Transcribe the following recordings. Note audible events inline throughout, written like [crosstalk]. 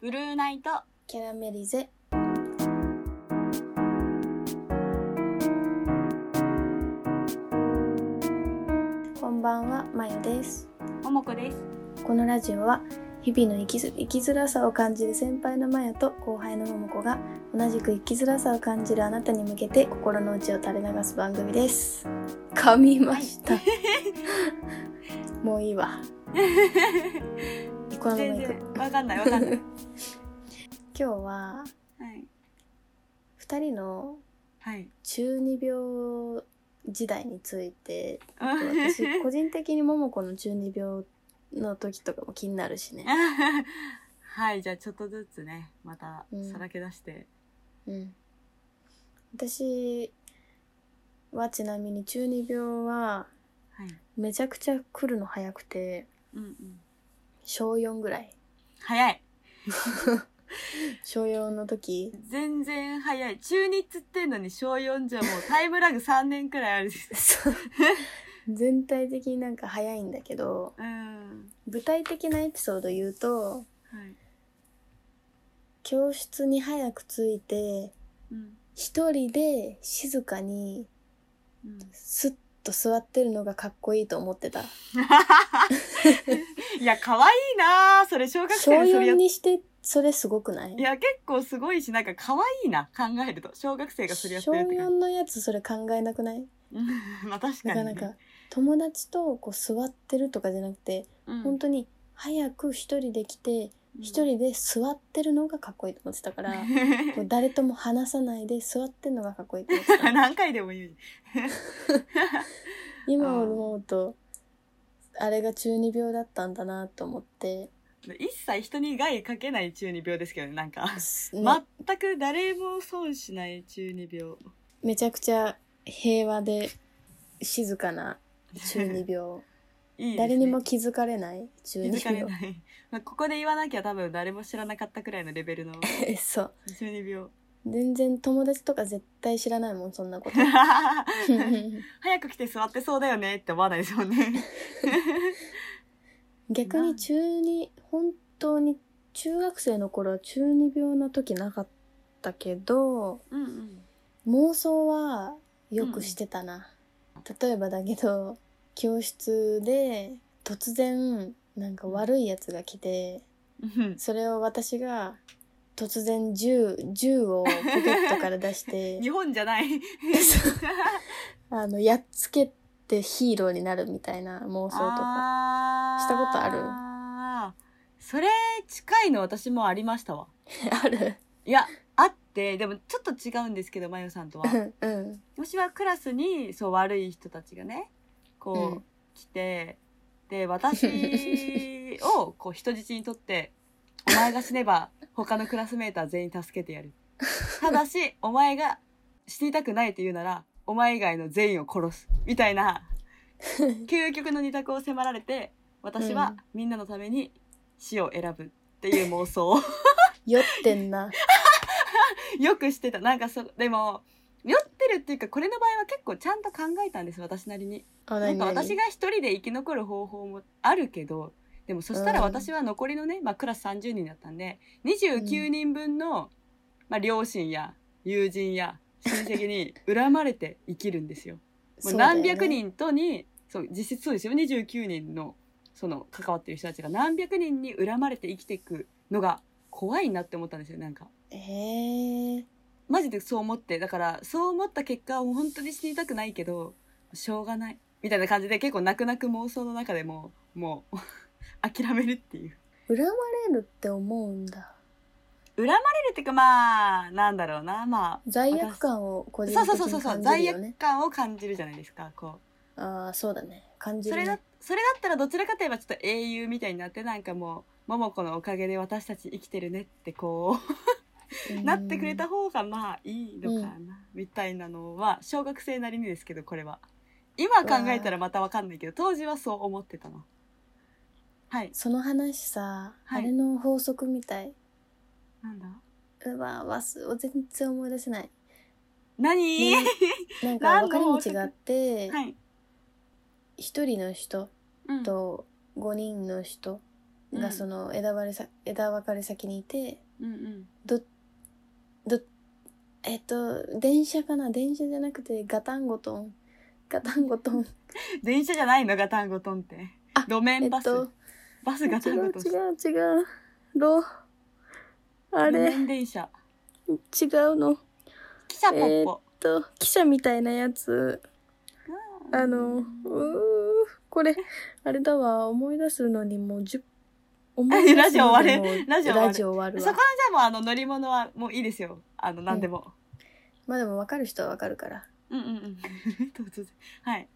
ブルーナイトキャラメリゼこんばんはまよですももこですこのラジオは日々の生きづ生きづらさを感じる先輩のまよと後輩のももこが同じく生きづらさを感じるあなたに向けて心の内を垂れ流す番組です噛みました、もういいわこのまま全いく然わかんないわかんない今日ははい2人のはい [laughs] 中二病時代についてあ私個人的に桃子の中二病の時とかも気になるしね、はいじゃあちょっとずつねまたうんさらけ出して、うん、私はちなみに中二病ははいめちゃくちゃ来るの早くてうんうん小4ぐらい早い小4の [laughs] 時全然早い中2っつってんのに小4じゃもうタイムラグ3年くらいあるし [laughs] そう全体的になんか早いんだけどうん具体的なエピソード言うとはい教室に早く着いてうん一人で静かにうん、スッと座ってるのがかっこいいと思ってた。いや可愛いなあそれ小学小生でそれやっ4にしてそれすごくないいや結構すごいしなんか可愛いな考えると小学生がそれやって小るって感4じのやつそれ考えなくないうん [laughs] まあ確かなに、ね、かなか友達とこう座ってるとかじゃなくて、うん、本当に早く一人で来て一、人で座ってるのがかっこいいと思ってたから、こう誰とも話さないで座ってるのがかっこいいと思って [laughs] た何回でも言う今思うとあれが中二病だったんだなと思って、一切人に害かけない中二病ですけどねなんか、すね全く誰も損しない中二病めちゃくちゃ平和で静かな中二いい病、ですね誰にも気づかれない中気二づかれ病ない。まあ、ここで言わなきゃ多分誰も知らなかったくらいのレベ [laughs] ルのそう中二 [laughs] 病。全然友達とか絶対知らないもんそん [laughs] なこと [laughs] 早く来て座ってそうだよねって思わないですもんね。 [laughs] 逆に中二本当に中学生の頃は中二病の時なかったけどうんうん。妄想はよくしてたな、例えばだけど教室で突然なんか悪いやつが来てうんそれを私が突然銃銃をポケットから出し [laughs] て日本じゃない。あのやっつけてヒーローになるみたいな妄想とかあーしたことあるそれ近いの私もありましたわ。 [laughs] あるいや、あって、でもちょっと違うんですけど、まゆさんとはう。んうん私はクラスにそう悪い人たちがねこう、うん来てで私をこう人質にとって「お前が死ねば他のクラスメーター全員助けてやる」ただしお前が死にたくないって言うならお前以外の全員を殺すみたいな究極の二択を迫られて私はみんなのために死を選ぶっていう妄想を酔って [laughs] んなよくしてたなんかそでも酔ってるっていうかこれの場合は結構ちゃんと考えたんです私なりに。あなん何か々私が一人で生き残る方法もあるけどでもそしたらうん私は残りのね、まあ、クラス30人だったんで29人分の、まあ、両親や友人や親戚に恨まれて生きるんですよ。もうそうだよね何百人とにそう実質そうですよ29人のその関わってる人たちが何百人に恨まれて生きていくのが怖いなって思ったんですよなんか。へえマジでそう思ってだからそう思った結果もう本当に死にたくないけどしょうがないみたいな感じで結構泣く泣く妄想の中でもうもう [laughs] 諦めるっていう恨まれるって思うんだ恨まれるっていうかまあなんだろうなま罪悪感を個あ人そうそう的そうそうにそう、感罪じるよ悪ね感を感じるじゃないですかこああそうだね感うじそるれだねそれだったらどちらかといえばちょっと英雄みたいになってなんかもう桃子のおかげで私たち生きてるねってこうなってくれた方がまあいいのかな、みたいなのは小学生なりにですけどこれは今考えたらまたわかんないけど当時はそう思ってたなはいその話さ、はいあれの法則みたいなんだうわわす全然思い出せない何、ねなんか分かれ道があってはい一人の人うんと5人の人がその枝割れさ、枝分かれ先にいてうんうんどどえっと電車かな電車じゃなくてガタンゴトンガタンゴト [laughs] ン電車じゃないのガタンゴトンってあ路面えっバス、とバス違ガタンゴうトン違う違うロあ路れ違う面電車の汽車ポッポ、えっと汽車みたいなやつうんあの、うーこれ、あれだわ、思い出すのにもう10、思い出すのにも [laughs] ラジオ終わるラジオ終わるそこはわじ。ゃあもうあの乗り物はもういいですよあの何でも、まあでも分かる人は分かるから。うん、うんうん [laughs] 突然はい、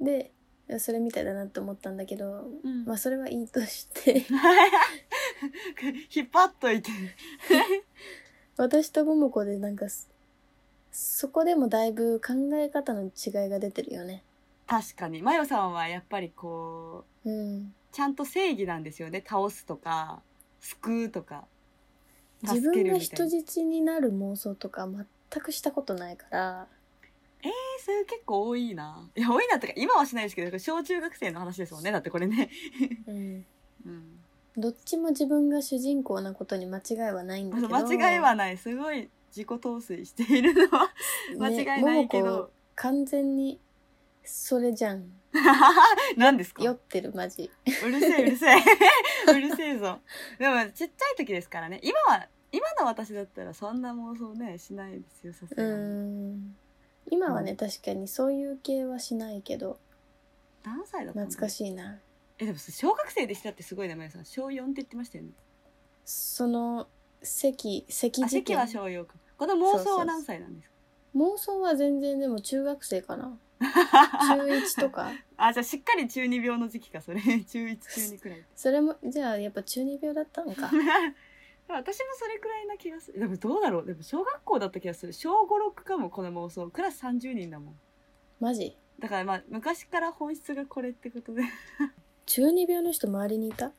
で、それみたいだなと思ったんだけど、うんまあそれはいいとして、 [laughs] [laughs] 引っ張っといて私と桃子でなんかす、そこでもだいぶ考え方の違いが出てるよね。確かにマヨさんはやっぱりこううん。ちゃんと正義なんですよね倒すとか救うとか自助け分るがみた人いな質になる妄想とか全くしたことないから、えそれ結構多いないや多いなとか今はしないですけど小中学生の話ですもんねだってこれね、うん。うん、どっちも自分が主人公なことに間違いはないんだけど [laughs] 間違いはないすごい自己陶酔しているのは間違いないけね桃ど子、完全にそれじゃん [laughs] 何ですか酔ってるマジうるせえうるせえ [laughs] うるせえぞでもちっちゃい時ですからね今は今の私だったらそんな妄想ねしないですよさすうがに、ん今はね、うん確かにそういう系はしないけど何歳だったの懐かしいなえでも小学生でしたってすごい名前さん小4って言ってましたよねその席席あ事席件は小4かこの妄想は何歳なんですか妄想は全然でも中学生 [laughs] かな中1とかあじゃあしっかり中二病の時期かそれ [laughs] 中一中二くらい [laughs] それもじゃあやっぱ中二病だったのか私もそれくらいな気がするでもどうだろうでも小学校だった気がする小56かもこの妄想クラス30人だもんマジだからまあ昔から本質がこれってことで中二病の人周りにいた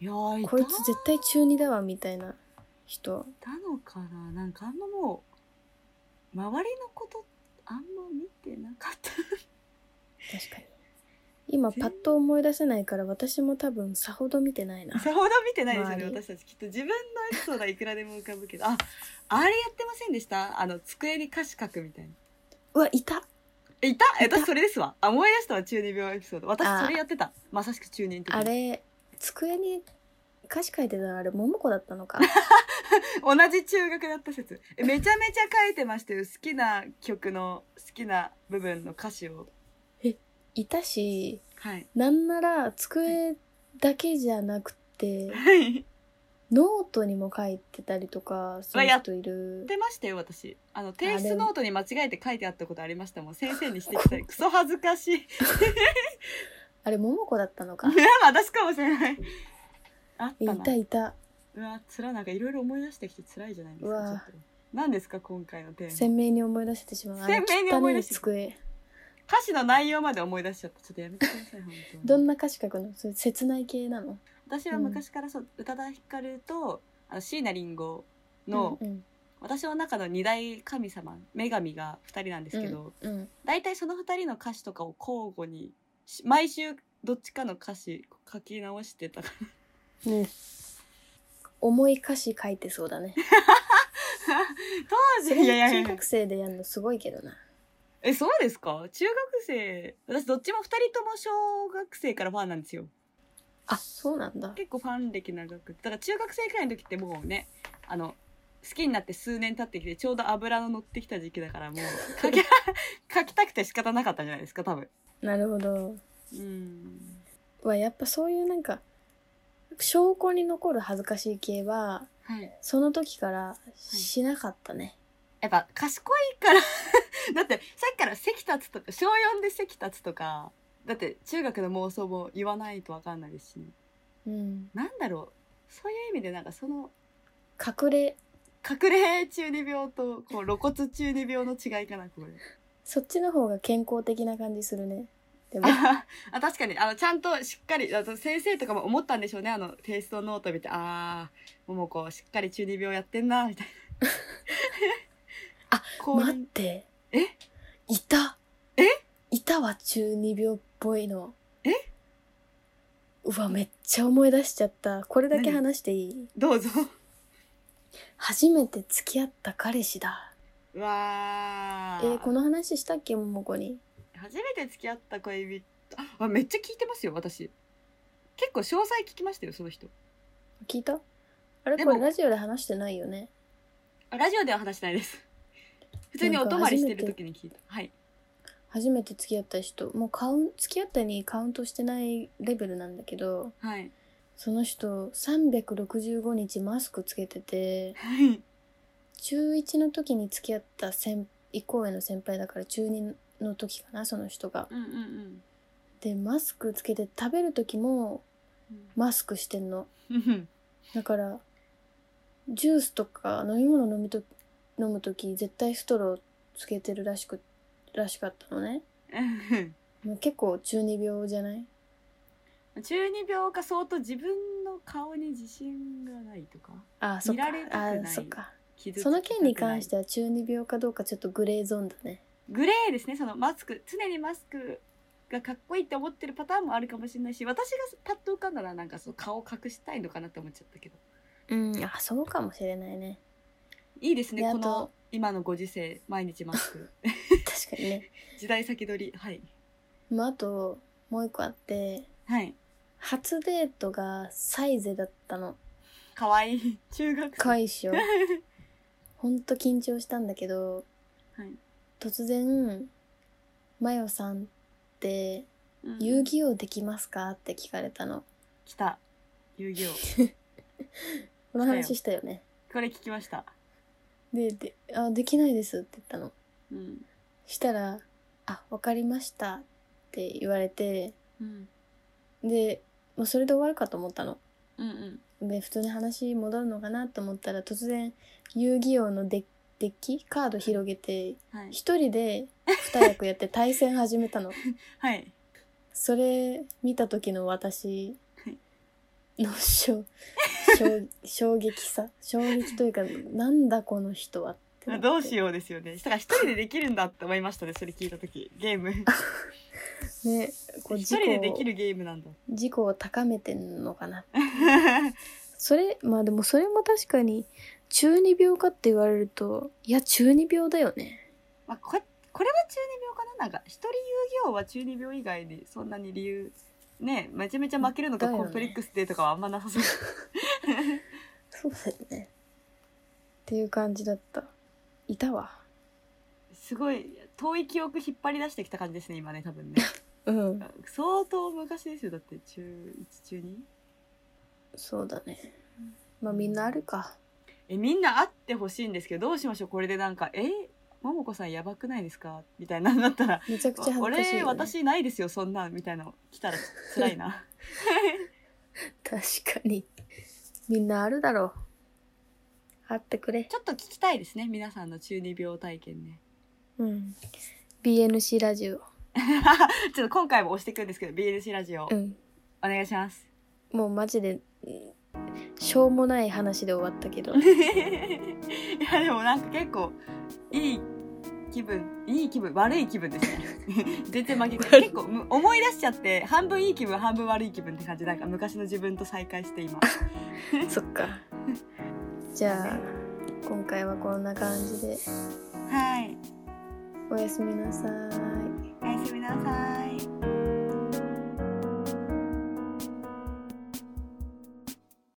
いやーいたこいつ絶対中二だわみたいな人たのかななんかあんまもう周りのことあんま見てなか [laughs] った確かに今パッと思い出せないから私も多分さほど見て [laughs] ないなさほど見てないですよね周り私たちきっと自分のエピソードはいくらでも浮かぶけどああれやってませんでしたあの机に歌詞書くみたいなうわいたえいたえ私それですわあ思い出したわ中二病エピソードあ私ーそれやってたまさしく中二の時にあれ机に歌詞書いてたのあれ桃子だっ [laughs] たのか同じ中学だった説えめちゃめちゃ書いてましたよ好きな曲の好きな部分の歌詞をいたしはいなんなら机だけじゃなくてはいノートにも書いてたりとかそういう人いる出ましたよ私あの提出ノートに間違えて書いてあったことありましたもん先生に指摘されクソ恥ずかしいいあれ桃子だったのか [laughs] や私かもしれないあっいたなたいたうわ辛いなんかいろいろ思い出してきて辛いじゃないですうかわちょっと何ですか今回のテーマ鮮明に思い出してしまうあの鮮明に思い出汚いして机歌詞の内容まで思い出しちゃったちょっとやめてください本当にどんな歌詞書くのそれ切ない系なの私は昔からそう宇多田ヒカルとあの椎名林檎の、うんうん私の中の二大神様女神が2人なんですけど、うん大体その2人の歌詞とかを交互にし毎週どっちかの歌詞書き直してたからうん重い歌詞書いてそうだね。当そ時 [laughs] れいやいやい中や学生でやるのすごいけどな。えそうですか中学生私どっちも2人とも小学生からファンなんですよあ、そうなんだ。結構ファン歴長くてだから中学生くらいの時ってもうねあの好きになって数年経ってきてちょうど油の乗ってきた時期だからもう書き [laughs] 書きたくて仕方なかったんじゃないですか多分なるほど。うんはやっぱそういうなんか、証拠に残る恥ずかしい系は、はいその時からしなかったね。やっぱ賢いから [laughs] だってさっきから席立つとか小4で席立つとかだって中学の妄想も言わないとわかんないですし、ね、うん。なんだろうそういう意味でなんかその隠れ、隠れ中二病とこう露骨中二病の違いかなこれ。そっちの方が健康的な感じするね。でも、あ [laughs] あ確かにあのちゃんとしっかりあと先生とかも思ったんでしょうねあのテイストノート見てああ桃子しっかり中二病やってんな [laughs] みたいな [laughs] あこう待って。えいたえいたわ、中二病っぽいの。えうわめっちゃ思い出しちゃったこれだけ話していいどうぞ。初めて付き合った彼氏だうわえーこの話したっけももこに初めて付き合った恋人あめっちゃ聞いてますよ私結構詳細聞きましたよその人聞いたあれでこもれラジオで話してないよねあラジオでは話してないです普通にお泊まりしてる時に聞いたはい初めて付き合った人もうカウン付き合ったにカウントしてないレベルなんだけどはいその人365日マスクつけててはい中1の時に付き合った先以降への先輩だから中2の時かなその人がうんうんうんでマスクつけて食べる時もマスクしてんのうんだからジュースとか飲み物飲みと飲む時絶対ストローつけてるらしくらしかったのねもう結構中二病じゃない中二病か相当自分の顔に自信がないとかあそっか見られたくないあそっか傷つきその件に関してては中二病かどうかちょっとグレーゾーンだねグレーですねそのマスク常にマスクがかっこいいって思ってるパターンもあるかもしれないし私がパッと浮かんだらなんかその顔を隠したいのかなって思っちゃったけどうんあそうかもしれないね [laughs] いいですねであことの今のご時世毎日マス [laughs] ク確かにね時代先取りはいまああともう一個あってはい初デートがサイゼだったのかわいい中学生かわいい [laughs] っしょほんと緊張したんだけどはい突然「マヨさんってうん遊戯王できますか?」って聞かれたの来た遊戯王この話したよねこれ聞きましたでであ「できないです」って言ったのうんしたら「あわかりました」って言われてうんでもうそれで終わるかと思ったのうんうんで普通に話戻るのかなと思ったら突然遊戯王のデッデッキカード広げてはい一人で二役やって対戦始め [laughs] たのはいそれ見た時の私はいの [laughs] 衝衝衝撃さ衝撃というかなんだこの人はってなってどうしようですよねしたら一人でできるんだって思いましたねそれ聞いた時ゲームねこう一自人己でできるゲームなん [laughs] だ自己を高めてんのかなそれまあでもそれも確かに中二病かって言われるといや中二病だよねまあここれは中二病かななんか一人遊戯王は中二病以外にそんなに理由ねめちゃめちゃ負けるのだがよねコンプレックスでとかはあんまなさそうそうだよねっていう感じだったいたわすごい遠い記憶引っ張り出してきた感じですね今ね多分ね [laughs] うん相当昔ですよだって中1中 2? そうだねまあみんなあるかえみんな会ってほしいんですけどどうしましょうこれでなんか「えももこさんやばくないですか?」みたいなのだったらめちゃくち「ゃ恥ずかしい俺よ、ね、私ないですよそんなん」みた [laughs] いなの来たら辛いな確かにみんなあるだろうあってくれちょっと聞きたいですね皆さんの中二病体験ね [laughs] うん BNC ラジオちょっと今回も押していくんですけど BNC ラジオ、うんお願いしますもうマジでうんしょうもない話で終わったけど [laughs] いやでもなんか結構いい気分いい気分悪い気分ですね全然負けて結構む思い出しちゃって半分いい気分半分悪い気分って感じなんか昔の自分と再会して今そっかじゃあ今回はこんな感じではいおやすみなさいおやすみなさい